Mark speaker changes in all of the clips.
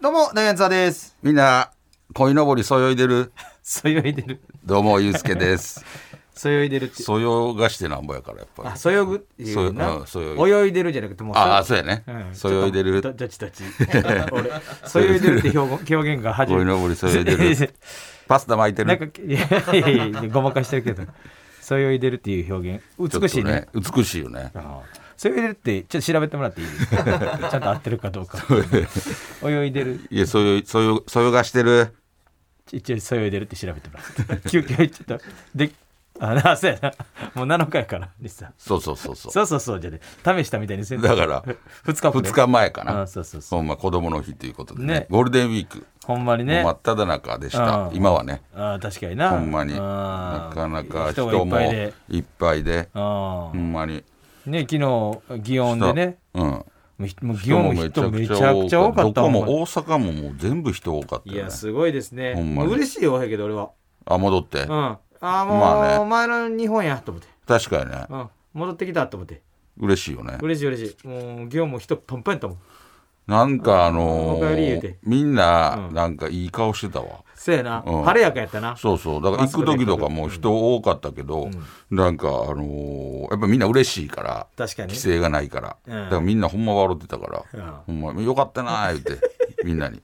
Speaker 1: どうも、ダイアンツァです。
Speaker 2: みんな、鯉のぼりそよいでる。
Speaker 3: そよいでる。
Speaker 2: どうも、ゆうすけ です。
Speaker 3: そよいでるって。
Speaker 2: そよがしてなんぼやから、やっぱ
Speaker 3: あ、
Speaker 2: り。
Speaker 3: そよぐっていうな。
Speaker 2: そようんそよ
Speaker 3: 泳いでるじゃなくてもう。
Speaker 2: ああ、
Speaker 3: そ
Speaker 2: そうやね
Speaker 3: う。ん
Speaker 2: そよいで
Speaker 3: ち ょ
Speaker 2: る
Speaker 3: っ。とどっちどっち。 俺、そよいでるって 表現表現が初
Speaker 2: 鯉
Speaker 3: めて。
Speaker 2: のぼりそよいでる。パスタ巻いて
Speaker 3: なん
Speaker 2: る。
Speaker 3: か、いやいやいや、ごまかしてるけど。そよいでるっていう表現。美しいね。
Speaker 2: ちょっと。美しいよね。
Speaker 3: あーそよいでるって、ちょっと調べてもら っていいですかちゃんと合ってるかどうか。泳いでる、
Speaker 2: いや、そよい、そよ、そよがしてる。
Speaker 3: 一応そよいでるって調べてもらって。休憩、ちょっと、で、あ、な、そうやな。もう7日やから、実際。
Speaker 2: そうそうそうそ
Speaker 3: そうそうそうじゃね試したみたいにせん
Speaker 2: う。
Speaker 3: と
Speaker 2: だから、
Speaker 3: 2日
Speaker 2: 二日前か
Speaker 3: あ
Speaker 2: な。
Speaker 3: そうそうそう
Speaker 2: ほんま、子供の日ということで
Speaker 3: ね
Speaker 2: ね。ゴールデンウィーク。
Speaker 3: ほんまに
Speaker 2: もう
Speaker 3: ね
Speaker 2: 真っ只中でした。
Speaker 3: うん
Speaker 2: 今はね。
Speaker 3: あー確かにな
Speaker 2: ほんまに。
Speaker 3: あ
Speaker 2: な
Speaker 3: ー
Speaker 2: かなか人
Speaker 3: 人がいっ
Speaker 2: も
Speaker 3: ぱいで
Speaker 2: いっぱいで。
Speaker 3: あ
Speaker 2: ほ
Speaker 3: ー
Speaker 2: んまに。
Speaker 3: ね昨日祇園でね
Speaker 2: うん。
Speaker 3: もうひもう祇
Speaker 2: 人も
Speaker 3: 園
Speaker 2: めち
Speaker 3: 人
Speaker 2: ゃ
Speaker 3: め
Speaker 2: く
Speaker 3: ちゃく
Speaker 2: ち
Speaker 3: ち
Speaker 2: ゃ
Speaker 3: ゃ
Speaker 2: 多
Speaker 3: 多
Speaker 2: か
Speaker 3: か
Speaker 2: っ。
Speaker 3: ったた
Speaker 2: どこも
Speaker 3: ほんまに
Speaker 2: 大阪ももう全部人多かった
Speaker 3: い
Speaker 2: よ
Speaker 3: や
Speaker 2: ね。
Speaker 3: すごいですね
Speaker 2: ほんまに
Speaker 3: もう嬉しいよやけど俺は
Speaker 2: あ、戻って
Speaker 3: うん。ああもう、
Speaker 2: まあね
Speaker 3: お前の日本やと思って、
Speaker 2: 確かにね。
Speaker 3: うん、戻ってきたと思って
Speaker 2: 嬉しいよね。
Speaker 3: 嬉しい嬉しいもう祇園も人パンパンやったもん
Speaker 2: なんかあの
Speaker 3: お帰り言うて
Speaker 2: ー、みんな、
Speaker 3: うん
Speaker 2: なんかいい顔してたわ。
Speaker 3: そうやな、
Speaker 2: うん
Speaker 3: 晴れやかやったな
Speaker 2: そうそう。だから行く時とかも人多かったけど、なんかあのー、やっぱみんな嬉しいから。
Speaker 3: 確かに
Speaker 2: 規制がないから。
Speaker 3: うん
Speaker 2: だからみんなほんま笑ってたか
Speaker 3: うん
Speaker 2: ら。ほんま、よかったなー言って。みんなに。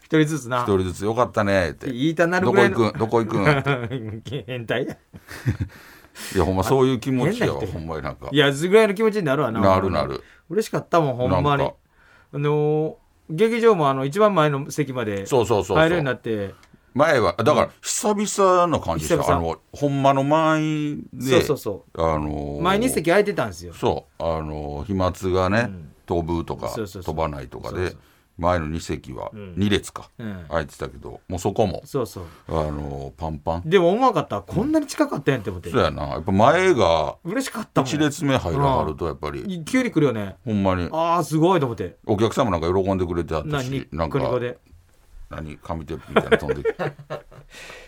Speaker 3: 一人ずつな
Speaker 2: 一人ずつよかったねーって。
Speaker 3: 言いたなる
Speaker 2: ど
Speaker 3: ぐ
Speaker 2: こ
Speaker 3: らいの
Speaker 2: 行くんどこ行くんって
Speaker 3: く 変態や
Speaker 2: いや、ほんまそういう気持ちやわ。
Speaker 3: 変な人
Speaker 2: ほんまになんか
Speaker 3: い。や、ずぐらいの気持ちになるわな。
Speaker 2: なるなる。
Speaker 3: 嬉しかったもん、ほんまに。
Speaker 2: なんか
Speaker 3: あのー劇場もあの一番前の席まで
Speaker 2: そう
Speaker 3: 入
Speaker 2: そうそうそう。
Speaker 3: るようになって、
Speaker 2: 前はだから久々な感じでし
Speaker 3: 久
Speaker 2: たあ
Speaker 3: 々
Speaker 2: のほんまの満員で
Speaker 3: そうそうそ
Speaker 2: あのー
Speaker 3: う。前に席空いてたんですよ。
Speaker 2: そうあのー飛沫がね、
Speaker 3: ん
Speaker 2: 飛ぶとか
Speaker 3: そうそうそう
Speaker 2: 飛ばないとかで
Speaker 3: そうそう
Speaker 2: 前の2席は
Speaker 3: ん
Speaker 2: 2列か、
Speaker 3: うん
Speaker 2: 空いてたけどもうそこも
Speaker 3: そうそう。
Speaker 2: あのーパンパン
Speaker 3: でも、うまかった。こんなに近かったやんって思って。
Speaker 2: そうやなやっぱ前が
Speaker 3: 嬉しかったもん。
Speaker 2: 1列目入らはるとやっぱり、
Speaker 3: い急に来るよね。
Speaker 2: ほんまに
Speaker 3: ああ、すごいと思って。
Speaker 2: お客さんもなんか喜んでくれてはった
Speaker 3: 何
Speaker 2: し
Speaker 3: に、
Speaker 2: なん
Speaker 3: ク
Speaker 2: か
Speaker 3: リコで。
Speaker 2: 何紙テープみたいなの飛んで きて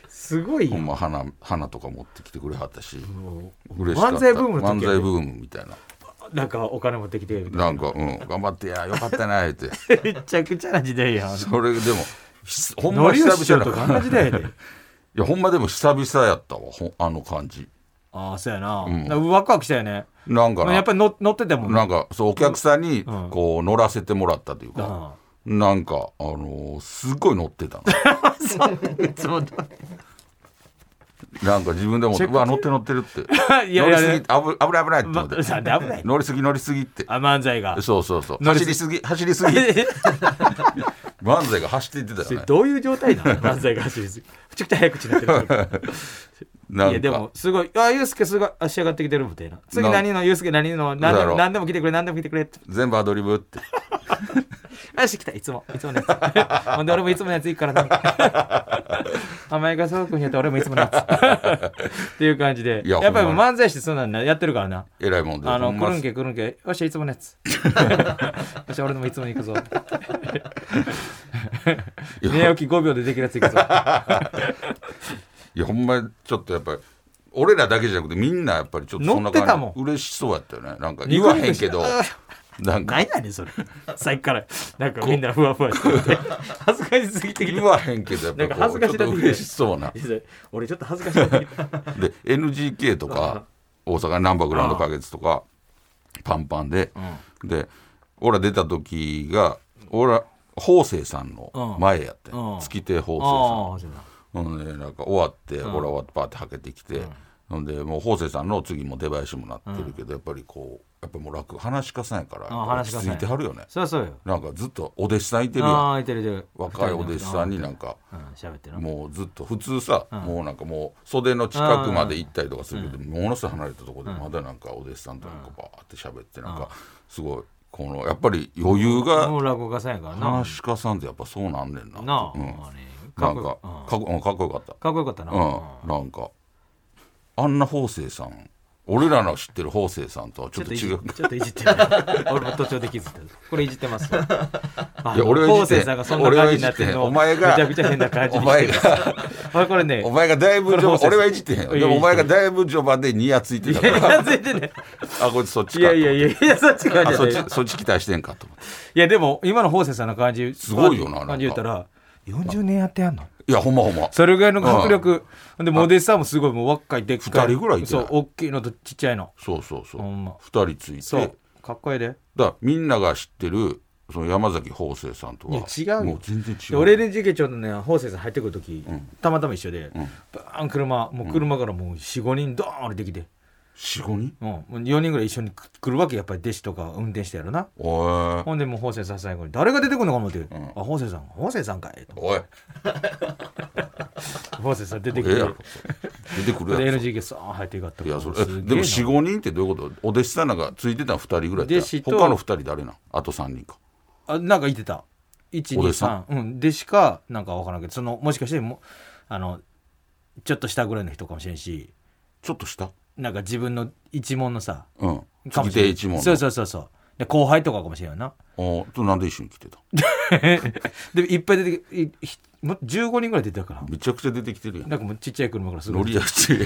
Speaker 3: すごい
Speaker 2: ほんま花花とか持ってきてくれはったし
Speaker 3: もう
Speaker 2: 嬉しかった
Speaker 3: 漫才ブームの
Speaker 2: 漫
Speaker 3: 時
Speaker 2: 才
Speaker 3: や
Speaker 2: ブームみたいな
Speaker 3: なんかお金持ってきてみたい
Speaker 2: なんか、うん、頑張ってや、よかったな、言う て。
Speaker 3: なめちゃくちゃな時代やん
Speaker 2: それでも、ひ す ほん
Speaker 3: ノ
Speaker 2: ま
Speaker 3: リ
Speaker 2: 久
Speaker 3: をしようと
Speaker 2: 々
Speaker 3: か
Speaker 2: やな。
Speaker 3: あんない時代やで
Speaker 2: や、ほんまでも久々やったわ、ほんあの感じ。
Speaker 3: ああそうやな,、
Speaker 2: ん
Speaker 3: ワクワクしたよね
Speaker 2: なんかな、
Speaker 3: やっぱり乗乗ってたもん
Speaker 2: なんか、そう、お客さんに
Speaker 3: うん、
Speaker 2: こう、乗らせてもらったというか、
Speaker 3: あ
Speaker 2: なんか、あのーすっごい乗ってた の。なんか自分でも、うわ、乗って乗ってるって。
Speaker 3: あ いやい
Speaker 2: 乗りす
Speaker 3: や
Speaker 2: ぎ、危危ない危ないって思
Speaker 3: ま
Speaker 2: って
Speaker 3: だ。って危ない
Speaker 2: 乗りすぎ乗りすぎって。
Speaker 3: あ漫才 が
Speaker 2: そうそうそう。
Speaker 3: 乗り
Speaker 2: 走
Speaker 3: すぎ
Speaker 2: りすぎ、走りすぎ。漫才が走っていってた
Speaker 3: そ
Speaker 2: よ
Speaker 3: れ
Speaker 2: ね。
Speaker 3: どういう状態なの漫才が走りすぎめちゃくちゃ早口にな ってる
Speaker 2: なんか
Speaker 3: いやでもすごいあゆうすけすごいあ仕上がってきてるみたいな次
Speaker 2: なん
Speaker 3: 何のゆうすけ何の何
Speaker 2: だ
Speaker 3: で
Speaker 2: ろ
Speaker 3: も
Speaker 2: う
Speaker 3: 何でも来てくれ何でも来てくれって
Speaker 2: 全部アドリブって。
Speaker 3: あよし来たいつもいつものやつ ほんで俺もいつものやつ行くからな甘えがそうくんやったら俺もいつも のやつっていう感じで
Speaker 2: いや
Speaker 3: やっぱり
Speaker 2: ほんま
Speaker 3: 漫才師ってそんなんなやってるからな
Speaker 2: えらいもんで。
Speaker 3: あ
Speaker 2: ほ
Speaker 3: の、
Speaker 2: ん
Speaker 3: く
Speaker 2: ま
Speaker 3: るんけくるんけ、よっしゃ、いつものや つ。よっしゃ、俺のもいつもに行くぞ。寝起き5秒でできるやつ行くぞ。
Speaker 2: いやほんまちょっとやっぱり俺らだけじゃなくてみんなやっぱりちょっとそんな
Speaker 3: 乗ってたも
Speaker 2: 感
Speaker 3: ん
Speaker 2: じ嬉しそうやったよねなんか言わへんけど
Speaker 3: ニコニコし
Speaker 2: なん か
Speaker 3: 何やねん、それ。さっきから、なんかみんなふわふわしてて。恥ずかしすぎてき
Speaker 2: 言
Speaker 3: た。
Speaker 2: わへんけどやっぱりこう
Speaker 3: なんか恥ずかし
Speaker 2: ち
Speaker 3: な
Speaker 2: ょ
Speaker 3: っ
Speaker 2: ってと
Speaker 3: きて
Speaker 2: 嬉しそうな
Speaker 3: 俺ちょっと恥ずかしくなっ てきた。
Speaker 2: で NGK とか大阪ナンバーグラウンド花月とかパンパンで、で俺ら出た時が俺ら法政さんの前やって、
Speaker 3: うん
Speaker 2: 月亭法政さん
Speaker 3: ああ、そうだ。
Speaker 2: ほんでなんか終わって、俺は終わってパーってはけてきて、ほんでもう法政さんの次も出囃子もなってるけど、やっぱりこうやっぱもう楽話し家さんやから
Speaker 3: あ
Speaker 2: やっぱ
Speaker 3: 話し家
Speaker 2: 落
Speaker 3: さん
Speaker 2: ち着いてはるよね
Speaker 3: そりゃそうよ。
Speaker 2: なんかずっとお弟子さんいてるやん
Speaker 3: ああ、いてるいてる。
Speaker 2: 若いお弟子さん
Speaker 3: に。
Speaker 2: になんか
Speaker 3: うん、喋ってな。
Speaker 2: もうずっと普通さ、もうなんかもう袖の近くまで行ったりとかするけど、ものすごい離れたところでまだなんかお弟子さんとなんかバーって喋ってなんかすごいここのやっぱり余裕が
Speaker 3: もう落語家さんやからな
Speaker 2: 話し家さんってやっぱそうなんねんな
Speaker 3: なあ、
Speaker 2: うん、
Speaker 3: あれ
Speaker 2: な
Speaker 3: かっ
Speaker 2: ん
Speaker 3: こよ
Speaker 2: か
Speaker 3: うん
Speaker 2: かっこうんかっこよかった
Speaker 3: かっこよかったな、
Speaker 2: うん、なんかあんな方正さん俺らの知ってる方正さんとはち
Speaker 3: ち
Speaker 2: ょ
Speaker 3: ょ
Speaker 2: っと
Speaker 3: っといじ
Speaker 2: 違う
Speaker 3: ちょっといじってる俺も途中で気づいたこれいじってますわあ
Speaker 2: いや俺はいじって
Speaker 3: 昴生さんがそんな感じになってるの
Speaker 2: 俺 はいじってお前が
Speaker 3: めちゃくちゃ変な感じ
Speaker 2: お
Speaker 3: にして
Speaker 2: 前
Speaker 3: る
Speaker 2: が
Speaker 3: あ これね
Speaker 2: お前がだいぶ序盤
Speaker 3: これ方正さん
Speaker 2: 俺はいじってへんよ
Speaker 3: いや
Speaker 2: でもお前
Speaker 3: い
Speaker 2: がだいぶ序盤でニヤついてた
Speaker 3: い
Speaker 2: か
Speaker 3: やい
Speaker 2: ら
Speaker 3: やついてね
Speaker 2: あこいつそっち
Speaker 3: い
Speaker 2: か
Speaker 3: や
Speaker 2: と
Speaker 3: いやいやいやそっちが
Speaker 2: あ
Speaker 3: じゃ
Speaker 2: そっ
Speaker 3: ない
Speaker 2: ちそっち期待してんかと思って
Speaker 3: いやでも今の方正さんの感じ
Speaker 2: すごいよななんか
Speaker 3: 感じ言ったら40年やってやんの
Speaker 2: いやほんまほんま
Speaker 3: それぐらいの迫力、でモデスさんもすごいもう若いでっかい
Speaker 2: 二人ぐらいいて
Speaker 3: そ
Speaker 2: ないう
Speaker 3: 大きいのとちっちゃいの
Speaker 2: そうそうそう
Speaker 3: ほんま
Speaker 2: 2人つい
Speaker 3: そ
Speaker 2: て
Speaker 3: うかっこいいで
Speaker 2: だからみんなが知ってるその山崎邦生さんとはい
Speaker 3: や違うよ
Speaker 2: もう全然違
Speaker 3: で
Speaker 2: う
Speaker 3: 俺で事件ちょうどね方正さん入ってくる時、たまたま一緒で、
Speaker 2: ん
Speaker 3: バーン車もう車からもう45人ドーン降りてきて、
Speaker 2: 45人
Speaker 3: うん、もう4人ぐらい一緒に来るわけやっぱり弟子とか運転してやるな
Speaker 2: おい
Speaker 3: ほんでもう方正さん最後に誰が出てくるのか思って、あ方正さん方正さんかい
Speaker 2: おい
Speaker 3: 方正さん出てき
Speaker 2: ええ
Speaker 3: て
Speaker 2: や
Speaker 3: で
Speaker 2: ろ出てくるやろ
Speaker 3: NGK さーン入っていかった
Speaker 2: いやそれ
Speaker 3: す
Speaker 2: え
Speaker 3: げえな
Speaker 2: でも45人ってどういうことお弟子さんなんかついてたの2人ぐらいや
Speaker 3: 弟
Speaker 2: った
Speaker 3: 子
Speaker 2: ら
Speaker 3: と
Speaker 2: 他の2人誰なんあと3人か
Speaker 3: あなんかいてた
Speaker 2: お弟子さ
Speaker 3: 123うん弟子かなんかわからんけどそのもしかしてもあのちょっと下ぐらいの人かもしれんし
Speaker 2: ちょっとした
Speaker 3: なんか自分の一門のさ
Speaker 2: うん月
Speaker 3: かもしれん
Speaker 2: 亭一門の
Speaker 3: そうそうそうそうで後輩とかかもしれんよ な
Speaker 2: おーとなんで一緒に来てた
Speaker 3: でいっぱい出てきいひもう15人ぐらい出てたから
Speaker 2: めちゃくちゃ出てきてるやん
Speaker 3: なんかもうちっちゃい車からすご
Speaker 2: 乗
Speaker 3: い
Speaker 2: りやすい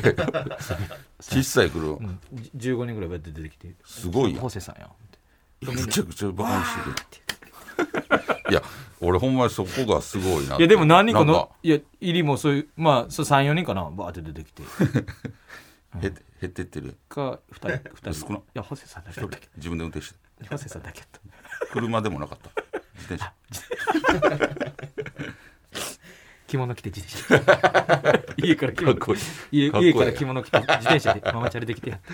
Speaker 2: 小さい車
Speaker 3: うんじ15人ぐらいバッて出てきて
Speaker 2: すごいやん
Speaker 3: ホセさんや
Speaker 2: めちゃくちゃバカにしてるいや俺ほんまにそこがすごいない
Speaker 3: いやでも何人か
Speaker 2: なん
Speaker 3: のいや入りもそういうまあ34人かなバーって出てきて
Speaker 2: 減って減ってってる
Speaker 3: か2人二人
Speaker 2: 少ない
Speaker 3: いやホセさんだけだった
Speaker 2: 自分で運転して
Speaker 3: ホセさんだけだった
Speaker 2: 車でもなかった自転車
Speaker 3: 着物着て自転車 家から着物
Speaker 2: かっこいい
Speaker 3: 家
Speaker 2: かっこいい
Speaker 3: 家から着物着て自転車でママチャリで来てやった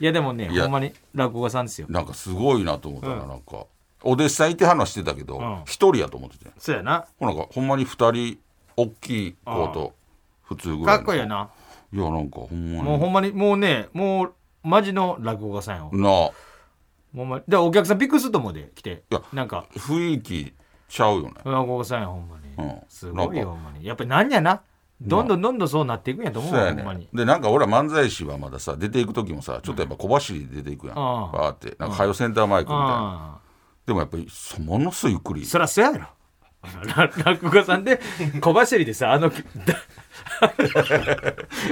Speaker 3: いやでもね
Speaker 2: いや
Speaker 3: ほんまに落語家さんですよ
Speaker 2: なんかすごいなと思ったな、
Speaker 3: うん
Speaker 2: なんかお弟子さんいて話してたけど
Speaker 3: ん
Speaker 2: 一、人やと思ってて
Speaker 3: そうやな
Speaker 2: ほなんかほんまに二人大きい子と普通ぐらいの
Speaker 3: かっこいいよない
Speaker 2: やなんかほんまに
Speaker 3: もうほんまにもうねもうマジの落語家さんよ
Speaker 2: なあ
Speaker 3: ほんまにでお客さんびっくりすると思うで来て
Speaker 2: いや
Speaker 3: なんか
Speaker 2: 雰囲気ちゃうよね
Speaker 3: 落語家さんやほんまに、
Speaker 2: うん
Speaker 3: すごい
Speaker 2: なん
Speaker 3: よ
Speaker 2: か
Speaker 3: ほんまにやっぱりなんやなどんどんどんどんそうなっていくんやと思う
Speaker 2: そう
Speaker 3: わ、
Speaker 2: や
Speaker 3: ほんまに
Speaker 2: ねでなんか俺ら漫才師はまださ出ていく時もさちょっとやっぱ小走りで出ていくやん、
Speaker 3: うん
Speaker 2: バーってなんか早よセンターマイクみたいな、
Speaker 3: あ
Speaker 2: でもやっぱりそものすごいゆっくり
Speaker 3: そらそやろら落語家さんで小走りでさあの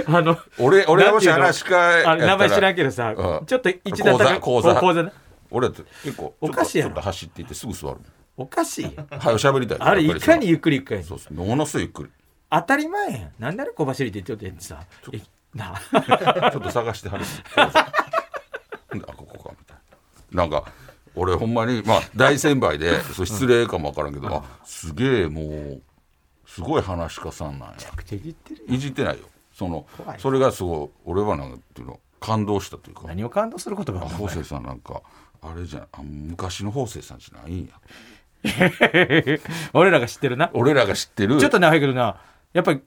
Speaker 3: あの
Speaker 2: 俺俺はもし
Speaker 3: なんていうの
Speaker 2: 話しか
Speaker 3: あれ名前知らん
Speaker 2: け
Speaker 3: けどさ、
Speaker 2: うん
Speaker 3: ちょっと一段高
Speaker 2: 講座講座
Speaker 3: 講座ね
Speaker 2: 俺だって結構
Speaker 3: おかしいやろ
Speaker 2: ちょっとちょっと走っていってすぐ座るもん
Speaker 3: おかし いやん
Speaker 2: 早よ喋りたい
Speaker 3: あれ
Speaker 2: やっぱ
Speaker 3: い
Speaker 2: りそ
Speaker 3: か
Speaker 2: の
Speaker 3: にゆっくり行くかやん
Speaker 2: そうそうものすごいゆっくり
Speaker 3: 当たり前やんなんであれ小走りで言ってんってさえな
Speaker 2: ちょっと探してはる。であここかみたいな。なんか俺ほんまにまあ大先輩でそう失礼かもわからんけど、あすげえもうすごい話し家さんなんや。
Speaker 3: ちぎってる
Speaker 2: いじってないよ。その
Speaker 3: 怖い
Speaker 2: それがすごい俺はなんかっていうの感動したというか。
Speaker 3: 何を感動することが
Speaker 2: あ法政さんなんかあれじゃあ昔の法政さんじゃないんや。
Speaker 3: 俺らが知ってるな
Speaker 2: 俺らが知ってる。
Speaker 3: ちょっと長いけどなやっぱり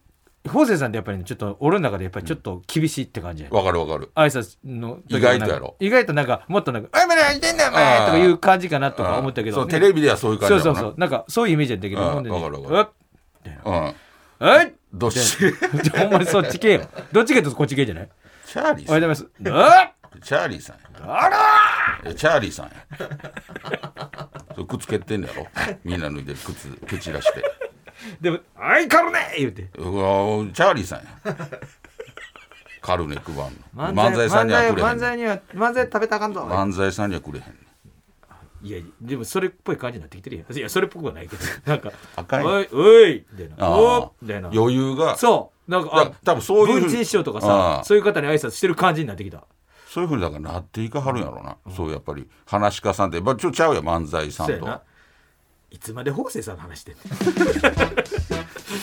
Speaker 3: 方正さんってやっぱりねちょっと俺の中でやっぱりちょっと厳しいって感じや、
Speaker 2: わかるわかる。
Speaker 3: 挨拶の時
Speaker 2: 意外とやろ
Speaker 3: 意外となんかもっとなんか「おいまだ何してんだよお前!」とかいう感じかなとか思ったけど
Speaker 2: そうテレビではそういう感じ
Speaker 3: そう
Speaker 2: だ
Speaker 3: そ
Speaker 2: もん
Speaker 3: う
Speaker 2: な
Speaker 3: そうなんかそういうイメージやったけど
Speaker 2: うん
Speaker 3: ほんでね
Speaker 2: わかるわかる
Speaker 3: うっうっ
Speaker 2: うん。どっち？
Speaker 3: じゃあほんまにそっ ち系よ。どっち系とこっち系じ ゃない
Speaker 2: チャーリー
Speaker 3: おは
Speaker 2: さん
Speaker 3: ようございます。
Speaker 2: チャーリーさんや。
Speaker 3: あら
Speaker 2: えチャーリーさんや。それ靴蹴ってんのやろ。みんな脱いで靴蹴散らして。
Speaker 3: でも、あいかるね言うて。
Speaker 2: うわチャーリーさんや。カルネ配んの。漫才さんにはくれへん
Speaker 3: 漫
Speaker 2: ねん。
Speaker 3: 才には、漫才食べたらあかんぞ。
Speaker 2: 漫才さんにはくれへんねん。
Speaker 3: いや、でもそれっぽい感じになってきてるやん。いや、それっぽく はないけど。なんか、
Speaker 2: 赤い
Speaker 3: おい、おいみたいな。お
Speaker 2: あ
Speaker 3: っみたいな
Speaker 2: あ。余裕がそう
Speaker 3: そう。なん
Speaker 2: だ
Speaker 3: か、
Speaker 2: 多分そういうふう
Speaker 3: 文
Speaker 2: に
Speaker 3: 鎮師匠とか
Speaker 2: あ
Speaker 3: さ
Speaker 2: あ、
Speaker 3: そういう方に挨拶してる感じになってきた。
Speaker 2: いうふうにだからなっていかはるんやろうな、そうやっぱり話し家さんってやっぱちょっとちゃうやん漫才さん
Speaker 3: そ
Speaker 2: と
Speaker 3: うやな。いつまで方正さんの話してんの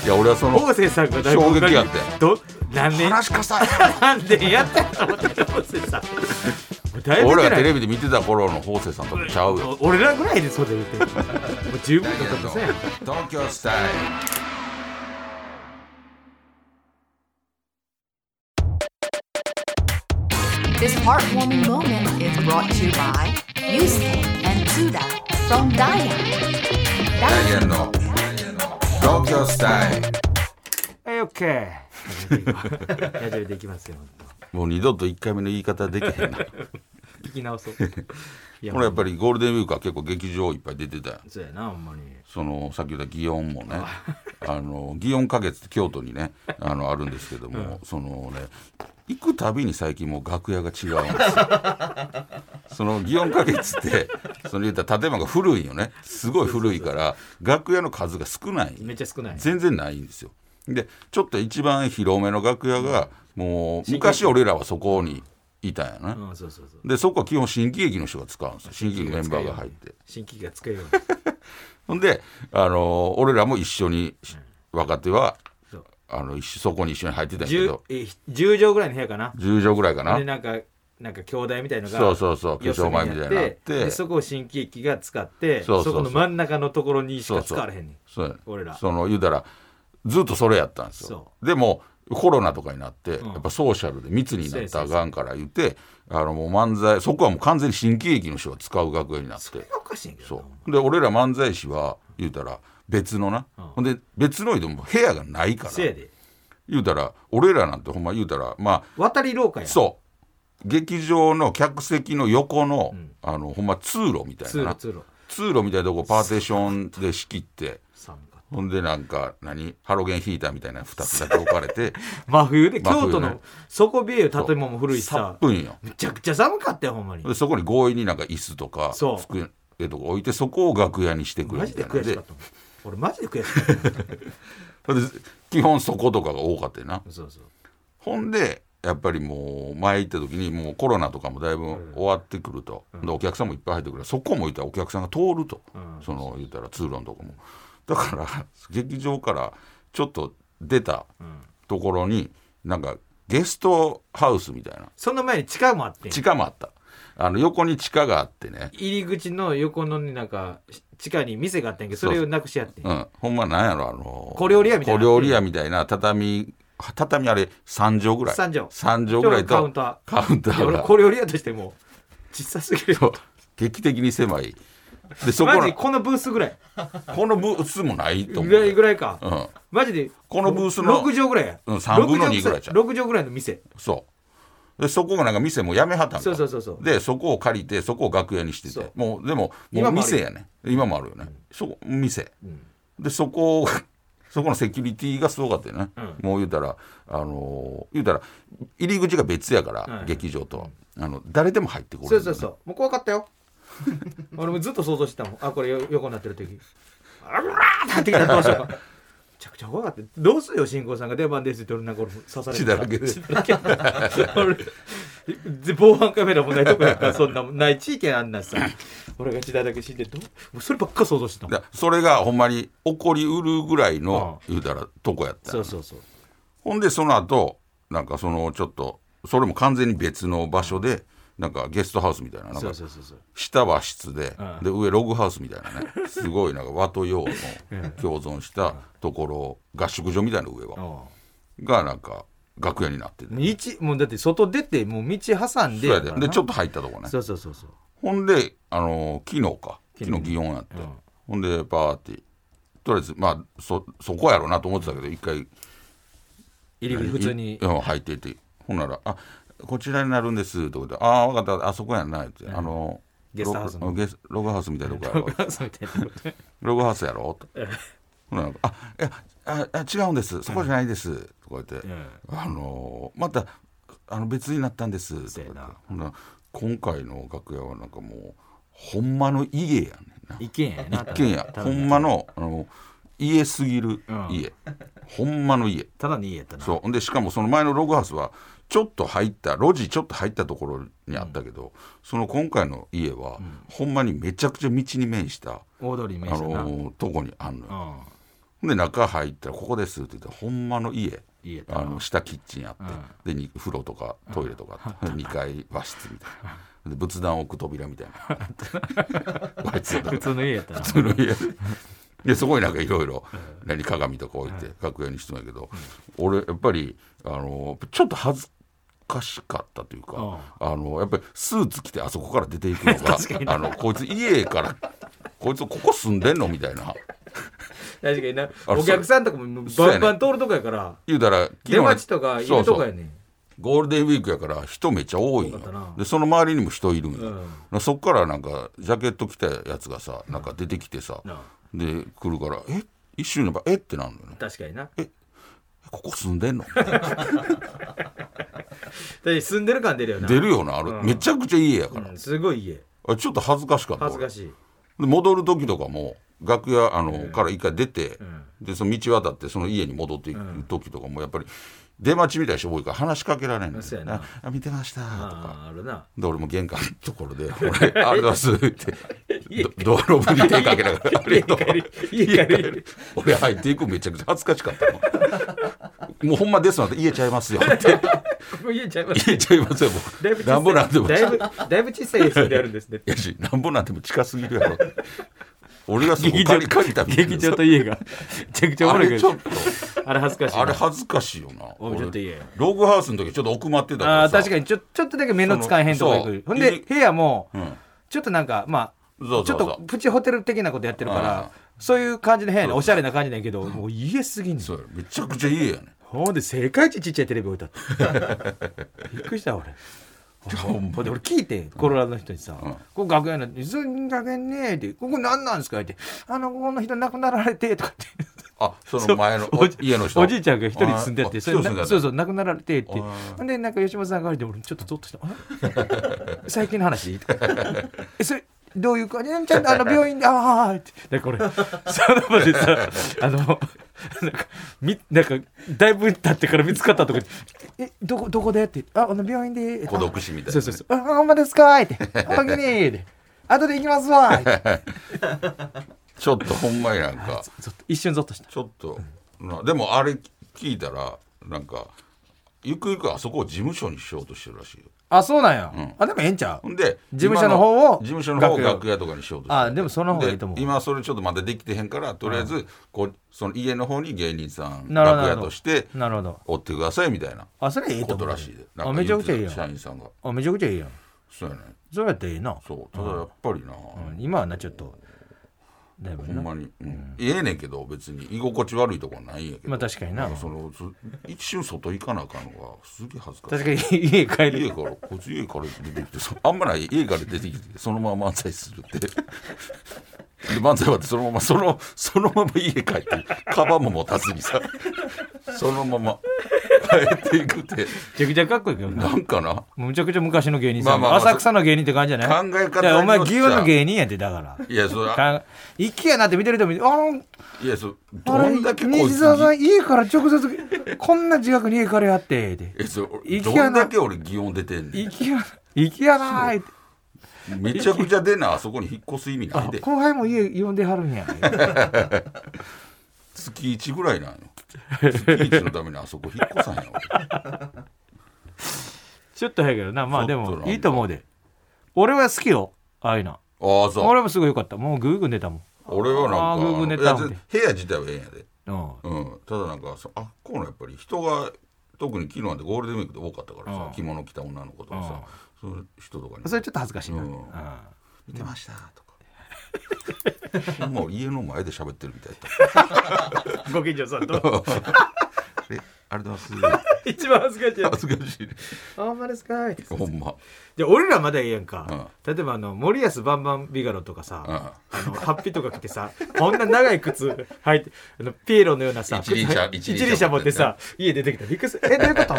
Speaker 2: いや俺はその
Speaker 3: 方正さんが
Speaker 2: 衝撃やって
Speaker 3: ど何年
Speaker 2: 話し家さんや
Speaker 3: 何年やったと思って方正さん。もうだいぶ
Speaker 2: 俺
Speaker 3: 出
Speaker 2: が
Speaker 3: な
Speaker 2: テ
Speaker 3: い
Speaker 2: レビで見てた頃の法政さんとかちゃうよ
Speaker 3: お俺らぐらいでそれ言ってるもう十分だった さ
Speaker 2: 東京スタイル
Speaker 4: This heartwarming moment is brought to you by Houston and Matsuda from Dian.
Speaker 2: ダイアンの東京スタイル
Speaker 3: はい、オッケー。 大丈夫できますよ。
Speaker 2: もう二度と一回目の 言い方できへんなこ
Speaker 3: 聞き直 そう。いや
Speaker 2: れやっぱりゴールデンウィークは結構劇場いっぱい出てたよ
Speaker 3: そうやな、ほんまに。
Speaker 2: そのさっき言った祇園もねあの祇園花月って京都にねあのあるんですけども、そのね行くたびに最近もう楽屋が違うんですよ その祇園花月ってその言ったら建物が古いよねすごい古いから楽屋の数が少ない
Speaker 3: めっちゃ少ない。
Speaker 2: 全然ないんですよでちょっと一番広めの楽屋がもう昔俺らはそこにいたんやな、
Speaker 3: うん、そうそうそう。
Speaker 2: でそこは基本新喜劇の人が使うんですよ新喜劇のメンバーが入って
Speaker 3: 新規が使えよう。
Speaker 2: ほんで、あのー俺らも一緒に、若手は
Speaker 3: そう
Speaker 2: あの一緒そこに一緒に入ってたんやけ
Speaker 3: 10
Speaker 2: ど
Speaker 3: え10畳ぐらいの部屋かな。
Speaker 2: 10畳ぐらいかな
Speaker 3: で、なんか、なんか兄弟みたいのが。
Speaker 2: そうそうそう化
Speaker 3: 四
Speaker 2: 粧
Speaker 3: 隅
Speaker 2: 前み
Speaker 3: に
Speaker 2: た
Speaker 3: あ
Speaker 2: い
Speaker 3: っ
Speaker 2: になってて
Speaker 3: でそこを新喜劇が使って
Speaker 2: そうそうそう
Speaker 3: この真ん中のところにし
Speaker 2: そう
Speaker 3: か
Speaker 2: そ
Speaker 3: 使
Speaker 2: う
Speaker 3: われへんねん
Speaker 2: そうや
Speaker 3: 俺ら
Speaker 2: その言うたらずっとそれやったんですよ
Speaker 3: そ
Speaker 2: でもコロナとかになって、
Speaker 3: ん
Speaker 2: やっぱソーシャルで密になったらあかんから言ってあのもう漫才そこはもう完全に新喜劇の人が使う楽屋になって
Speaker 3: それがおかしいんやけどな
Speaker 2: そうで俺ら漫才師は言うたら別のな、
Speaker 3: うん
Speaker 2: ほんで別の言うても部屋がないから
Speaker 3: せやで
Speaker 2: 言うたら俺らなんてほんま言うたらまあ
Speaker 3: 渡り廊下や
Speaker 2: そう劇場の客席の横の、
Speaker 3: ん
Speaker 2: あのほんま通路みたい
Speaker 3: 通
Speaker 2: なな
Speaker 3: 路通路
Speaker 2: 通路みたいなとこパーテーションで仕切って
Speaker 3: 寒かっ
Speaker 2: ほんでなんか何ハロゲンヒーターみたいな2つだけ置かれ て
Speaker 3: た真冬で
Speaker 2: 真冬ね
Speaker 3: 京都の底冷えよ建物も古いし
Speaker 2: さ
Speaker 3: さ
Speaker 2: っぷんよ
Speaker 3: めちゃくちゃ寒かったよほんまに
Speaker 2: でそこに強引になんか椅子とか
Speaker 3: そう
Speaker 2: 机とか置いてそこを楽屋にしてくれ
Speaker 3: マ
Speaker 2: み
Speaker 3: ジ
Speaker 2: たいな
Speaker 3: で
Speaker 2: ん
Speaker 3: 悔しかったもん俺マジで悔しかったもん
Speaker 2: それで基本そことかが多かったよな
Speaker 3: そうそう
Speaker 2: ほんでやっぱりもう前行った時にもうコロナとかもだいぶ終わってくると、でお客さんもいっぱい入ってくるそこもいたらお客さんが通ると、
Speaker 3: うん
Speaker 2: その言ったら通路のとこもだから劇場からちょっと出たところになんかゲストハウスみたいな
Speaker 3: その前に地下もあってん
Speaker 2: 地下もあったあの横に地下があってね、
Speaker 3: 入り口の横のねなんか地下に店があったんやけど
Speaker 2: そう
Speaker 3: それをなくしやってん
Speaker 2: うん、ほんまなんやろあの
Speaker 3: 小料理屋みたい
Speaker 2: 小
Speaker 3: な
Speaker 2: 料理屋みたいな畳畳あれ3畳ぐらい
Speaker 3: 三畳
Speaker 2: 三畳ぐらいと
Speaker 3: カウンタ
Speaker 2: カウンタ
Speaker 3: いや
Speaker 2: ー
Speaker 3: 俺
Speaker 2: が
Speaker 3: 小料理屋としても小さすぎるよ
Speaker 2: 劇的に狭いでそこ
Speaker 3: マジ
Speaker 2: の
Speaker 3: このブースぐらい
Speaker 2: このブースもないと思、
Speaker 3: ぐらいうぐらいか、
Speaker 2: うん、
Speaker 3: マジで
Speaker 2: このブースの
Speaker 3: 6畳ぐらいや、
Speaker 2: うん3分の2ぐらいちゃう
Speaker 3: 6畳ぐらいの店
Speaker 2: そうでそこがなんか店もやめはったんか
Speaker 3: そうそうそうそう
Speaker 2: でそこを借りてそこを楽屋にして
Speaker 3: そ
Speaker 2: て
Speaker 3: う
Speaker 2: もうでもも
Speaker 3: 今
Speaker 2: う
Speaker 3: もある
Speaker 2: 店やね今もあるよね、そこ店、でそこをそこのセキュリティがすごかったよね、もう言うたらあのー言うたら入り口が別やから、
Speaker 3: うん
Speaker 2: 劇場とはあの誰でも入ってこれ
Speaker 3: そ
Speaker 2: る
Speaker 3: うん
Speaker 2: だ
Speaker 3: そ
Speaker 2: よね
Speaker 3: うそうもう怖かった よ俺もずっと想像してたもんあこれよ横になってる時あらーってなってきたらどうしようかめちゃくちゃ怖かったどうするよ新婚さんが出番ですって言って俺なんか俺も刺されて
Speaker 2: 血だらけで
Speaker 3: 血だらけ 俺で防犯カメラもないとこやからそんなもんない地域やあんなさ俺が血だらけ死んでどうもうそればっか想像してたもん
Speaker 2: だそれがほんまに起こりうるぐらいの、
Speaker 3: う
Speaker 2: 言うたらとこやったよね
Speaker 3: そうそうそう
Speaker 2: ほんでその後なんかそのちょっとそれも完全に別の場所でなんかゲストハウスみたいななん
Speaker 3: そ
Speaker 2: か
Speaker 3: うそうそうそう
Speaker 2: 下は室で,、
Speaker 3: うん
Speaker 2: で上ログハウスみたい なねすごいなんか和と洋の共存したところ合宿所みたいな上は
Speaker 3: うん
Speaker 2: がなんか楽屋になってて
Speaker 3: 道もうだって外出てもう道挟んで
Speaker 2: そうやででちょっ
Speaker 3: っ
Speaker 2: と入ったとこね
Speaker 3: そうそうそうそう
Speaker 2: ほんであのー昨日か昨日祇園やって、ほんでパーティーとりあえずまあそそこやろうなと思ってたけど一回
Speaker 3: 入り口普通に
Speaker 2: うん入っててほんなら「あこちらになるんです」とかで「ああ分かったあそこやんな」って、あの
Speaker 3: ゲストハウスの
Speaker 2: ロゲスログハウスみたいなとこやろ
Speaker 3: そうみたいな
Speaker 2: ログハウスやろとほんなら「あいやああ違うんですそこじゃないです」とか言って、
Speaker 3: ん
Speaker 2: あのーまたあの別になったんです」とか言
Speaker 3: そう
Speaker 2: って
Speaker 3: やな
Speaker 2: ほんなら今回の楽屋はなんかもうほんまの家やねんな
Speaker 3: 意見やな
Speaker 2: 一軒 家ほんまのあの家すぎる家、ほんまの家
Speaker 3: ただの家やったな
Speaker 2: そうでしかもその前のログハウスはちょっと入った路地ちょっと入ったところにあったけど、その今回の家は、ほんまにめちゃくちゃ道に面した、
Speaker 3: 大通り
Speaker 2: あ
Speaker 3: 名所な
Speaker 2: のーとこにあんのよ、
Speaker 3: うん
Speaker 2: ほんで中入ったら「ここです」って言ったらほんまの家
Speaker 3: 家やったな
Speaker 2: あの下キッチンあって、でに風呂とかトイレとかあって、2階和室みたいなで仏壇置く扉みたいな和室だ
Speaker 3: 普通の家やったな
Speaker 2: その家 ででそこになんかいろいろ何鏡とか置いて楽屋にしてんやけど、俺やっぱりあのちょっと恥ずかしかったというか、
Speaker 5: うん
Speaker 2: あのやっぱりスーツ着てあそこから出てい くのがあのこいつ家からこいつここ住んでんのみたいな
Speaker 5: 確かにな
Speaker 2: あれ
Speaker 5: お客さんとかも
Speaker 2: そう
Speaker 5: バ
Speaker 2: や
Speaker 5: ン
Speaker 2: ね
Speaker 5: バン通るとこやから
Speaker 2: 言うたら
Speaker 5: 出
Speaker 2: の
Speaker 5: 待ちとかいるとこやねん
Speaker 2: ゴールデンウィークやから人めっちゃ多いん
Speaker 5: 多
Speaker 2: よ
Speaker 5: かったな
Speaker 2: でその周りにも人いるんよ、
Speaker 5: うん
Speaker 2: なそっからなんかジャケット着たやつがさなんか出てきてさ、
Speaker 5: な
Speaker 2: で来るから「え一瞬やっぱえっ?」てなるのよね
Speaker 5: 確かにな
Speaker 2: 「ここ住んで んの?」
Speaker 5: 確かに住んでる感出るよな
Speaker 2: 出るよなあれ、
Speaker 5: うん
Speaker 2: めちゃくちゃ家やから、
Speaker 5: うんすごい家
Speaker 2: あちょっと恥ずかしかった
Speaker 5: 恥ずか
Speaker 2: い
Speaker 5: しい
Speaker 2: で戻る時とかも楽屋あの、から一回出て、
Speaker 5: ん
Speaker 2: でその道渡ってその家に戻っていく時とかもやっぱり出待ちみたいな人多いから話しかけられないんです
Speaker 5: そう
Speaker 2: よ
Speaker 5: や
Speaker 2: ね
Speaker 5: な
Speaker 2: あ見てました」とか。
Speaker 5: あーあるな
Speaker 2: で俺も玄関のところで「俺ありがとうございます」ってドドアノブに手かけながら「ありがとう
Speaker 5: 家帰り」家帰り
Speaker 2: 俺入っていくめちゃくちゃ恥ずかしかったもんもうほんまですなんて「言えちゃいますよ」って
Speaker 5: これ家ちゃいま
Speaker 2: 「
Speaker 5: す
Speaker 2: 言えちゃいますよ
Speaker 5: だい
Speaker 2: 僕
Speaker 5: ぶ
Speaker 2: なんぼなんでも
Speaker 5: だいぶだいぶ小さい家住んであるんですね
Speaker 2: いやしなんぼなんでも近すぎるやろ俺がそこ借り借りた みたいな
Speaker 3: 劇場と家がめちゃくちゃおも
Speaker 2: あ
Speaker 3: ろいけ
Speaker 2: れちょ
Speaker 3: ど
Speaker 2: っと
Speaker 3: あれ恥ずかしいな
Speaker 2: あれ恥ずかしいよな
Speaker 3: おちょっと言え
Speaker 2: 俺ログハウスの時ちょっと奥まってたから
Speaker 3: あー
Speaker 2: さ
Speaker 3: 確かにちょちょっとだけ目の使えへんとこ行
Speaker 2: そ
Speaker 3: く
Speaker 2: う
Speaker 3: ほんで部屋も
Speaker 2: うん
Speaker 3: ちょっとなんかまあ
Speaker 2: そう
Speaker 3: ち
Speaker 2: そ
Speaker 3: ょっ
Speaker 2: うそう
Speaker 3: とプチホテル的なことやってるか
Speaker 2: うん
Speaker 3: らそういう感じの部屋でおしゃれな感じなんやけどもう家すぎんねん
Speaker 2: そうやめちゃくちゃ家やね
Speaker 3: ほんで世界一ちっちゃいテレビ 置いたびっくりした俺
Speaker 2: ほん
Speaker 3: ほ
Speaker 2: ま
Speaker 3: んで俺聞いてコロラドの人にさ
Speaker 2: うん
Speaker 3: 「ここ楽屋なんてそんだけね」って「ここ何なんですか?」って「あのここの人亡くなられて」とかって
Speaker 2: あその前のお
Speaker 3: おじ
Speaker 2: 家の人
Speaker 3: おじいちゃんが一人住んで
Speaker 2: あ
Speaker 3: て
Speaker 2: 一
Speaker 3: そ
Speaker 2: 人
Speaker 3: れ
Speaker 2: 住んで
Speaker 3: な
Speaker 2: た
Speaker 3: そうそう亡くなられてって
Speaker 2: あー
Speaker 3: ほんでなんか吉本さんが入って俺ちょっとゾッとしたあ最近の話えそれどういう感じちゃんとあの病院でああってだから俺その場でさあのなんかみなんかだいぶ経ってから見つかったとかえどこどこで?」って「ああの病院で」
Speaker 2: 孤独死みたいな
Speaker 3: そうそうそう「あほんまですか?」って「あに」って「後で行きますわ」って
Speaker 2: ちょっとほんまになんか
Speaker 3: ゾッと一瞬ゾッとした
Speaker 2: ちょっとなでもあれ聞いたらなんかゆくゆくあそこを事務所にしようとしてるらしいよ
Speaker 3: あそうなんや、あでもええんちゃう
Speaker 2: ほんで
Speaker 3: 事務所の方を
Speaker 2: 今事務所の方を
Speaker 3: 楽屋
Speaker 2: 楽屋とかにしようとしてる
Speaker 3: あでもその方がいいと思う
Speaker 2: で今それちょっとまだできてへんからとりあえずこうその家の方に芸人さん
Speaker 3: なるほど
Speaker 2: 楽屋として
Speaker 3: なるほど
Speaker 2: おってくださいみたいな
Speaker 3: あそれええ
Speaker 2: こと
Speaker 3: 思
Speaker 2: と
Speaker 3: う
Speaker 2: らしいでなん
Speaker 3: あ
Speaker 2: か
Speaker 3: めちゃくちゃいい
Speaker 2: 言
Speaker 3: や
Speaker 2: ってた社
Speaker 3: ん
Speaker 2: 員さんが
Speaker 3: あめちゃくちゃいいやん
Speaker 2: そうやね
Speaker 3: それやったらいいな
Speaker 2: そうただやっぱりな、
Speaker 3: うん今はなちょっとだいぶ
Speaker 2: ほん
Speaker 3: な
Speaker 2: まに、うん、ええねんけど別に居心地悪いとこはないんやけど、
Speaker 3: まあ確かにな
Speaker 2: そのそ一瞬外行かなあかんのがすげえ恥ずかしい
Speaker 3: 確かに家帰
Speaker 2: 家
Speaker 3: る
Speaker 2: からこいつ家から出てきてそあんまない家から出てきてそのまま漫才するってで漫才終わってそのままそのそのまま家帰ってカバンも持たずにさそのまま帰っていくって
Speaker 3: めちゃくちゃかっこいいけどな
Speaker 2: なんかな
Speaker 3: もうむちゃくちゃ昔の芸人さん、
Speaker 2: まあまあまあ
Speaker 3: 浅草の芸人って感じじゃない
Speaker 2: 考え方によっちゃ
Speaker 3: だからお前祇園の芸人やってだから
Speaker 2: いやそれ
Speaker 3: か一軒家なんて見てると見てあの
Speaker 2: いやそ
Speaker 3: あ
Speaker 2: ど
Speaker 3: れ
Speaker 2: んだけこい
Speaker 3: 西
Speaker 2: つ
Speaker 3: 澤さん家から直接こんな自覚に家からやってで
Speaker 2: えそ
Speaker 3: 行きや
Speaker 2: ど
Speaker 3: なん
Speaker 2: だけ俺擬音出てんね
Speaker 3: 行きや行きやなーいって
Speaker 2: んめちゃくちゃ出なあそこに引っ越す意味ない
Speaker 3: あ
Speaker 2: で
Speaker 3: 後輩も家呼んではるんや
Speaker 2: 月1ぐらいなんよ月1のためにあそこ引っ越さへんよ俺
Speaker 3: ちょっと早いけどなまあで
Speaker 2: ちょっとな
Speaker 3: も
Speaker 2: んか
Speaker 3: いいと思うで俺は好きよああいうの
Speaker 2: ああそう
Speaker 3: 俺もすごい良かったもうグーグー寝たもん
Speaker 2: 俺は
Speaker 3: あーグーグ
Speaker 2: な
Speaker 3: ー
Speaker 2: ん
Speaker 3: ネ
Speaker 2: か
Speaker 3: タ
Speaker 2: いや
Speaker 3: みたい
Speaker 2: 部屋自体はええんやで
Speaker 3: うん
Speaker 2: うん、ただなんかそあっこうのやっぱり人が特に昨日なんてゴールデンウィークで多かったからさ、
Speaker 3: うん
Speaker 2: 着物着た女の子とかさ、そういう人とかに
Speaker 3: それちょっと恥ずかしいな、
Speaker 2: う
Speaker 3: うんん
Speaker 2: 「見てました」とか もう家の前で喋ってるみたいだった
Speaker 5: ご近所さんと
Speaker 2: 「えありがとうございます
Speaker 5: 一番恥ずかしいや」つ
Speaker 2: 恥ずかしい
Speaker 5: あんまですかい
Speaker 2: ほんま、
Speaker 5: じゃあ俺らまだええやんか、例えばあの森保バンバンビガロとかさ、
Speaker 2: うん、
Speaker 5: あのハッピーとか着てさこんな長い靴履いてあのピエロのようなさ
Speaker 2: 一輪車
Speaker 5: 靴
Speaker 2: 一輪車
Speaker 5: 一輪車持ってさ家出てきたびっくりするえどういうこと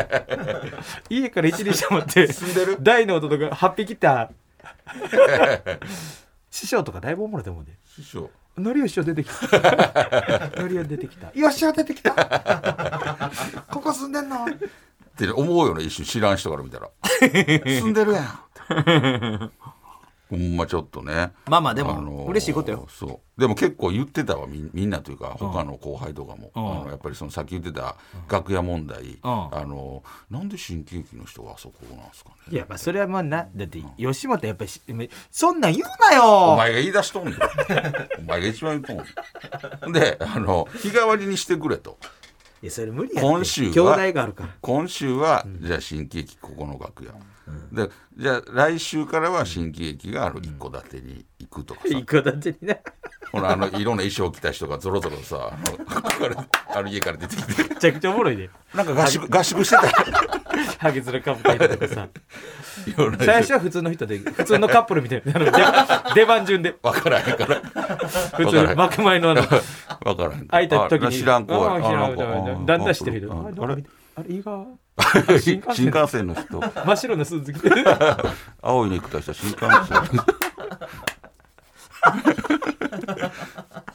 Speaker 5: 家から一輪車持って大の音とか8匹来た師匠とかだいぶおもろいと思うで
Speaker 2: 師匠
Speaker 5: のりお師匠出てきたのりお出てきた
Speaker 3: よっしゃ出てきたここ住んでんの
Speaker 2: って思うよね一瞬知らん人から見 たら
Speaker 3: 住んでるやん
Speaker 2: ほんまちょっとね
Speaker 3: まあまあでも
Speaker 2: のー
Speaker 3: 嬉しいことよ
Speaker 2: そうでも結構言ってたわみんみんなというか他の後輩とかも、
Speaker 3: ん
Speaker 2: あのやっぱりそのさっき言ってた楽屋問題、あ
Speaker 3: ん
Speaker 2: のーなんで新喜劇の人があそこなんですかね
Speaker 3: いやまあそれはまあなだって吉本やっぱりしめそんなん言うなよ
Speaker 2: お前が言い出しと んねんお前が一番言うとんねんであの日替わりにしてくれと
Speaker 6: いやそれ無理やって
Speaker 2: 今週は
Speaker 6: 兄弟があるから
Speaker 2: 今週は、じゃあ新喜劇ここの楽屋、でじゃあ来週からは新喜劇がある一戸建てに行くとかさ、
Speaker 6: 一戸建てにな
Speaker 2: ほらあの色の衣装着た人がぞろぞろさあの からあの家から出てきて
Speaker 3: めちゃくちゃおもろいで
Speaker 2: なんか合宿合宿 してた
Speaker 3: ハゲズラかぶったりとかさ
Speaker 2: 色の衣装
Speaker 3: 最初は普通の人で普通のカップルみたいなあの出出番順で
Speaker 2: わからへんから
Speaker 3: 普通の幕前 のあの
Speaker 2: わからへん
Speaker 3: 開いた時に
Speaker 2: あ知らん子や
Speaker 3: あ知らん子
Speaker 2: あなんか
Speaker 3: だんだん知ってるけ
Speaker 2: う
Speaker 3: どあれ
Speaker 2: んあ
Speaker 3: なんか
Speaker 2: れ
Speaker 3: あれい いか
Speaker 2: 新
Speaker 3: 幹線
Speaker 2: 幹線の人
Speaker 3: 真っ白なスー ツ着て
Speaker 2: 青いネクタイした新幹 線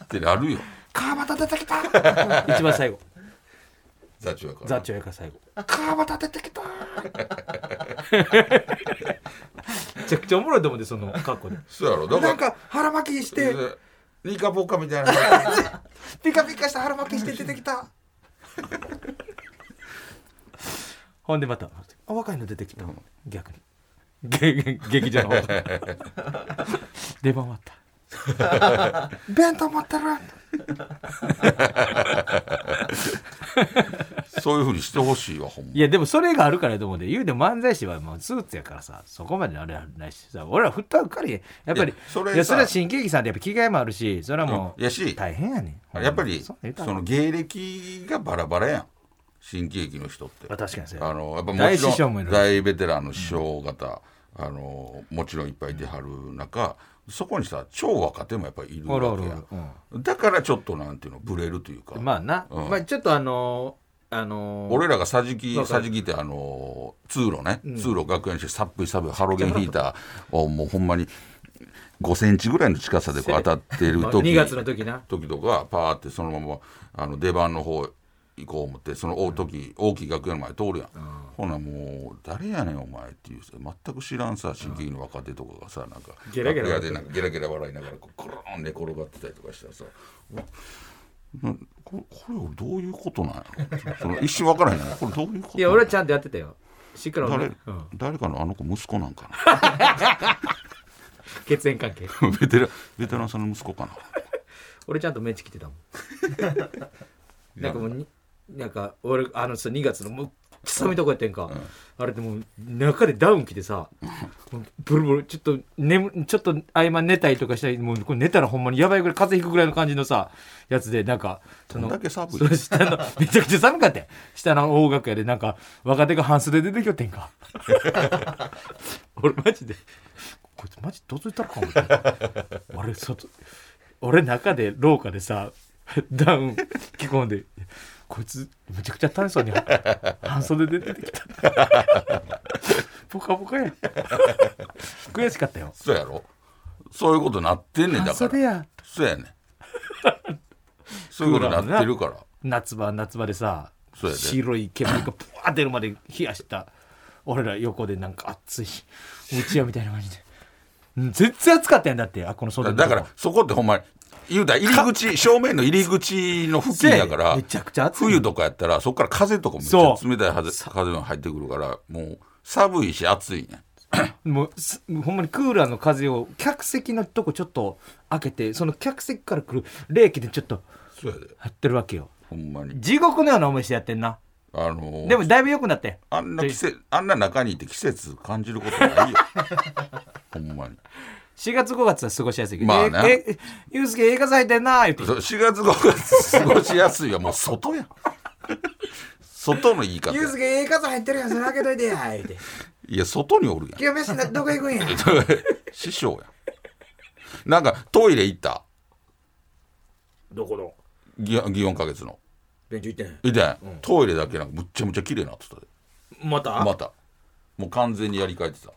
Speaker 2: ってなるよ
Speaker 6: 川端出てきた 一番最後
Speaker 2: 座長やから
Speaker 3: 座長やから最後
Speaker 6: 川端出てきた
Speaker 3: めちゃくちゃおもろいと思うんでその格好で
Speaker 2: そうやろだから
Speaker 6: なんか腹巻きして
Speaker 2: ニカポッカみたいな
Speaker 6: ピカピカした腹巻きして出てきた
Speaker 3: ほんでまた
Speaker 6: あ若いの出てきた
Speaker 3: 逆にげげ劇場の 方出番終わった
Speaker 6: 弁当持ってる
Speaker 2: そういうふうにしてほしいわほんま
Speaker 3: いやでもそれがあるからやと思うんで言うでも漫才師はもうスーツやからさそこまであれはないしさ俺ら振ったばっかりややっぱ
Speaker 2: い
Speaker 3: り
Speaker 2: やそれさ
Speaker 3: いやそれは新喜劇さんってやっぱ着替えもあるしそれはも
Speaker 2: うんやし
Speaker 3: う大変やね、ん、
Speaker 2: やっぱり
Speaker 3: そ
Speaker 2: そ
Speaker 3: んなん言うたら
Speaker 2: の芸歴がバラバラやん新喜劇の人って
Speaker 3: まあ確かにそうや
Speaker 2: あのやっぱも
Speaker 3: 大師
Speaker 2: ちろ
Speaker 3: 匠もい
Speaker 2: ん
Speaker 3: る
Speaker 2: 大ベテランの師匠方、あのもちろんいっぱい出はる中、そこにさ超若手もやっぱりいる
Speaker 3: おるお
Speaker 2: わ
Speaker 3: る
Speaker 2: け
Speaker 3: お
Speaker 2: や
Speaker 3: る
Speaker 2: だからちょっとなんていうのブレるというか、
Speaker 3: うんまあな、
Speaker 2: うん
Speaker 6: まあちょっとあのーあのー
Speaker 2: 俺らが桟敷
Speaker 6: わか
Speaker 2: 桟
Speaker 6: る
Speaker 2: 敷ってあの通路ね、通路学園にしてサップイサップイハロゲンヒーターをもうほんまに5センチぐらいの近さでこう当たってる
Speaker 6: まあ
Speaker 2: 時
Speaker 6: 2月の時な
Speaker 2: 時とかパーってそのままあの出番の方行こう思ってその大時大きい学園の前通るやん、ほなもう誰やねんお前っていうさ全く知らんさ新喜劇の若手とかがさなんか
Speaker 6: ゲラゲラ
Speaker 2: 楽屋でなんかゲラゲラ笑いながらこうコロン寝転がってたりとかしたらさうわなここれ俺どういうことなんやろその一瞬分からへんやんこれどういうこと
Speaker 6: いや俺はちゃんとやってたよしっかり俺
Speaker 2: 誰,、
Speaker 6: うん
Speaker 2: 誰かのあの子息子なんか な
Speaker 6: 血縁関係
Speaker 2: ベテランベテランさんの息子かな
Speaker 6: 俺ちゃんとメンチ切ってたもんなんかもうになんか俺あのさ2月のもうくさみとこやってんか、あれでもう中でダウン着てさもうブルブルちょっと
Speaker 3: 眠ちょっと合間寝たりとかしたりもうこれ寝たらほんまにやばいぐらい風邪ひくぐらいの感じのさやつでなんかその
Speaker 2: どんだけ寒い
Speaker 3: その下の めちゃくちゃ寒かったよ下の大楽屋でなんか若手が半袖で出てきよってんか 俺マジでこいつマジどついたのか思って俺外俺中で廊下でさ ダウン着込んでこいつめちゃくちゃ楽しそうに半袖で出てきた ポカポカや悔しかったよ
Speaker 2: そうやろそういうことなってんねんだ
Speaker 3: 半
Speaker 2: から
Speaker 3: 袖や
Speaker 2: そうやねん そういうことになってるから
Speaker 3: 夏場は夏場でさ
Speaker 2: そうやで
Speaker 3: 白い煙がプワー出るまで冷やした俺ら横でなんか暑いおうちやみたいな感じでうん全然暑かったやんだってあこの
Speaker 2: だ
Speaker 3: 外の
Speaker 2: だからそこってほんまに言うたら入り口正面の入り口の付近やか
Speaker 3: せや
Speaker 2: ら
Speaker 3: でめちゃくちゃ暑い
Speaker 2: 冬とかやったらそこから風とかめっちゃ
Speaker 3: そう
Speaker 2: 冷たい風風が入ってくるからもう寒いし暑いね
Speaker 3: もうすほんまにクーラーの風を客席のとこちょっと開けてその客席から来る冷気でちょっと
Speaker 2: そうやで
Speaker 3: 張ってるわけよ
Speaker 2: ほんまに
Speaker 3: 地獄のような思いしてやってんな
Speaker 2: あのー
Speaker 3: でもだいぶ良くなって
Speaker 2: あんな季節あんな中にいて季節感じること ないよほんまに
Speaker 3: 4月5月は過ごしやすいけど、
Speaker 2: まあな
Speaker 3: ええゆうすけ映画祭ってんなー言って
Speaker 2: そう4月5月過ごしやすいはもう外やん外の言い方
Speaker 6: ゆう
Speaker 2: や
Speaker 6: すけええ傘入ってるやんそれ開けといてや言うて
Speaker 2: いや外におるやん
Speaker 6: 今日飯などこ行くんや
Speaker 2: 師匠やなんかトイレ行った
Speaker 6: どこの
Speaker 2: 祇園祇園か月の
Speaker 6: 便所行ってん
Speaker 2: いやトイレだけなんかむっちゃむちゃ綺麗になってたで
Speaker 6: また、
Speaker 2: またもう完全にやり替えてた、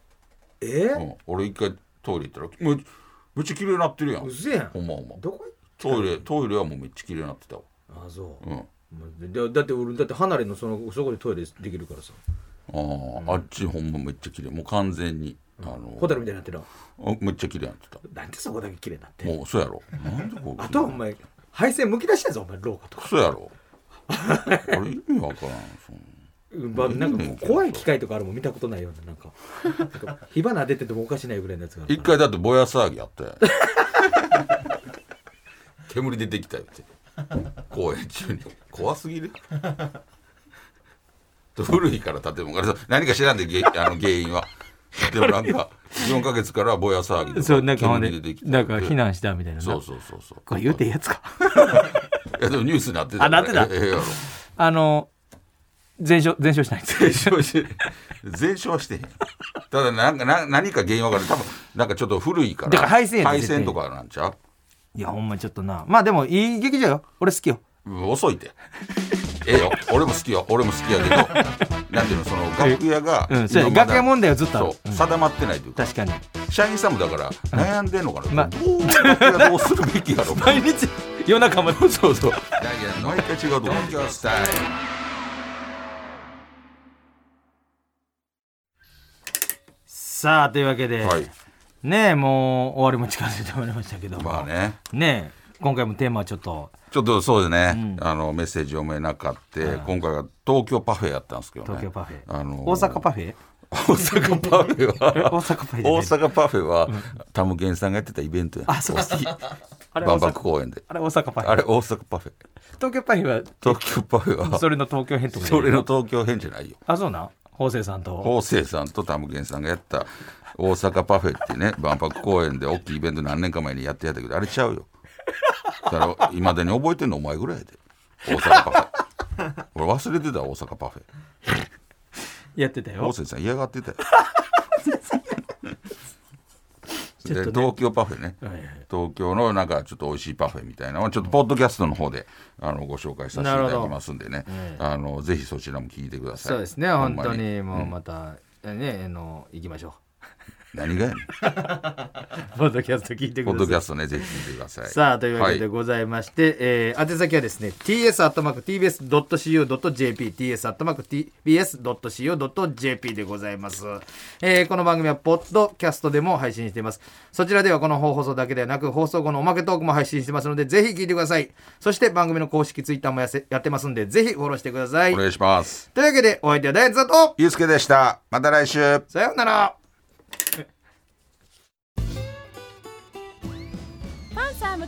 Speaker 6: え
Speaker 2: う
Speaker 6: ー、
Speaker 2: ん、俺一回トイレ行ったらめめっちゃ綺麗になってるやん
Speaker 6: うせやん
Speaker 2: ほんまほんま
Speaker 6: どこ行
Speaker 2: トイレトイレはもうめっちゃ綺麗になってたわ
Speaker 6: あそう、
Speaker 2: うん
Speaker 6: でだって俺だって離れのそのそこでトイレできるからさ
Speaker 2: あー、あっちほんまめっちゃ綺麗もう完全に、あの
Speaker 6: ホタルみたいになってるわ
Speaker 2: あめっちゃ綺麗になってた
Speaker 6: なんでそこだけ綺麗になってん
Speaker 2: もうそうやろなんでこう
Speaker 6: あとはお前配線むき出したぞお前廊下とか
Speaker 2: クソや ろあれ意味わからんその
Speaker 6: まあ、なんかもう怖い機械とかあるもん見たことないようななん かなんか火花出ててもおかしないぐらいのやつがある
Speaker 2: 一回だってぼや騒ぎやったやん煙出てきたよって公演中に怖すぎると古いから建物から何か知らんでげあの原因はでもなんか4か月からぼや騒ぎと
Speaker 6: そうなんかほん
Speaker 2: 煙出
Speaker 6: で
Speaker 2: てきて
Speaker 6: なんか避難したみたいなな
Speaker 2: そうそうそうそう
Speaker 6: これ言うていいやつか
Speaker 2: いやでもニュースになってた
Speaker 6: あなってた
Speaker 2: ええやろ
Speaker 6: あの全焼全焼しないん です
Speaker 2: 全焼し全焼はしてへんただなんかな何か原因わかる多分なんかちょっと古いから
Speaker 6: だから配線やで
Speaker 2: 配線とかなんちゃ
Speaker 6: いやほんまちょっとなまあでもいい劇場よ俺好きよ
Speaker 2: ううん遅いて ええよ俺も好きよ俺も好きやけ どなんていうのその楽屋が、
Speaker 6: うんそうや
Speaker 2: 今まだ
Speaker 6: 楽屋問題はずっとある
Speaker 2: そう
Speaker 6: うん
Speaker 2: 定まってないというか
Speaker 6: 確かに
Speaker 2: 社員さんもだから悩んでんのかな、
Speaker 6: ま
Speaker 2: どう楽屋どうするべきやろ
Speaker 6: 毎日夜中までそうそう
Speaker 2: いやいや毎回違うと思う
Speaker 6: さあというわけで、
Speaker 2: はい
Speaker 6: ねえもう終わりも近づいてまいりましたけども、
Speaker 2: まあね
Speaker 6: ねえ今回もテーマはちょっと
Speaker 2: ちょっとそうですね、あのメッセージ読めなかって、今回は東京パフェやったんですけどね
Speaker 6: 東京パフェ、
Speaker 2: あの
Speaker 6: 大阪パ
Speaker 2: フ
Speaker 6: フェ
Speaker 2: ェ 大阪パフェ
Speaker 6: え 大
Speaker 2: は
Speaker 6: 阪パフェじゃ
Speaker 2: 大
Speaker 6: ない
Speaker 2: 阪パフェは、タムケンさんがやってたイベントや
Speaker 6: あそう
Speaker 2: 大阪
Speaker 6: あれ大
Speaker 2: 万
Speaker 6: 阪
Speaker 2: 博公園で
Speaker 6: あれ大阪パフェ
Speaker 2: あれ大阪パフェ
Speaker 6: 東京パフェ
Speaker 2: 東京パフェ
Speaker 6: は
Speaker 2: は
Speaker 6: それの東京編とか
Speaker 2: それの東京編じゃないよ
Speaker 6: あそうなん法政さんと
Speaker 2: 法政さんとタムケンさんがやった大阪パフェってね万博公園で大きいイベント何年か前にやってやったけどあれちゃうよだからいまだに覚えてんのお前ぐらいやで大阪パフェ俺忘れてた大阪パフェ
Speaker 6: やってたよ
Speaker 2: 法政さん嫌がって たよ
Speaker 6: ち
Speaker 2: で
Speaker 6: ょっとね
Speaker 2: 東京パフェね
Speaker 6: はいはい
Speaker 2: 東京のなんかちょっと美味しいパフェみたいなのをちょっとポッドキャストの方であのご紹介させていただきますんでね、あのぜひそちらも聞いてください
Speaker 3: そうですね
Speaker 2: ほ
Speaker 3: 本
Speaker 2: んま
Speaker 3: 当にもううんまた、ねあの行きましょ
Speaker 2: 何 がやねん
Speaker 3: う ポッドキャスト聞いて
Speaker 2: ポッドキャストね、ぜひ聞いてください。
Speaker 3: さあというわけで
Speaker 2: は
Speaker 3: ございまして、えー宛先はですね ts.tbs.cu.jp ts.tbs.cu.jp でございます、えーこの番組はポッドキャストでも配信していますそちらではこの放送だけではなく放送後のおまけトークも配信してますのでぜひ聞いてくださいそして番組の公式ツイッターもやせやってますんでぜひフォローしてください
Speaker 2: お願いします。
Speaker 3: というわけでお相手はダイエットと
Speaker 2: ゆうすけでした。また来週。
Speaker 3: さようなら
Speaker 7: パンサー向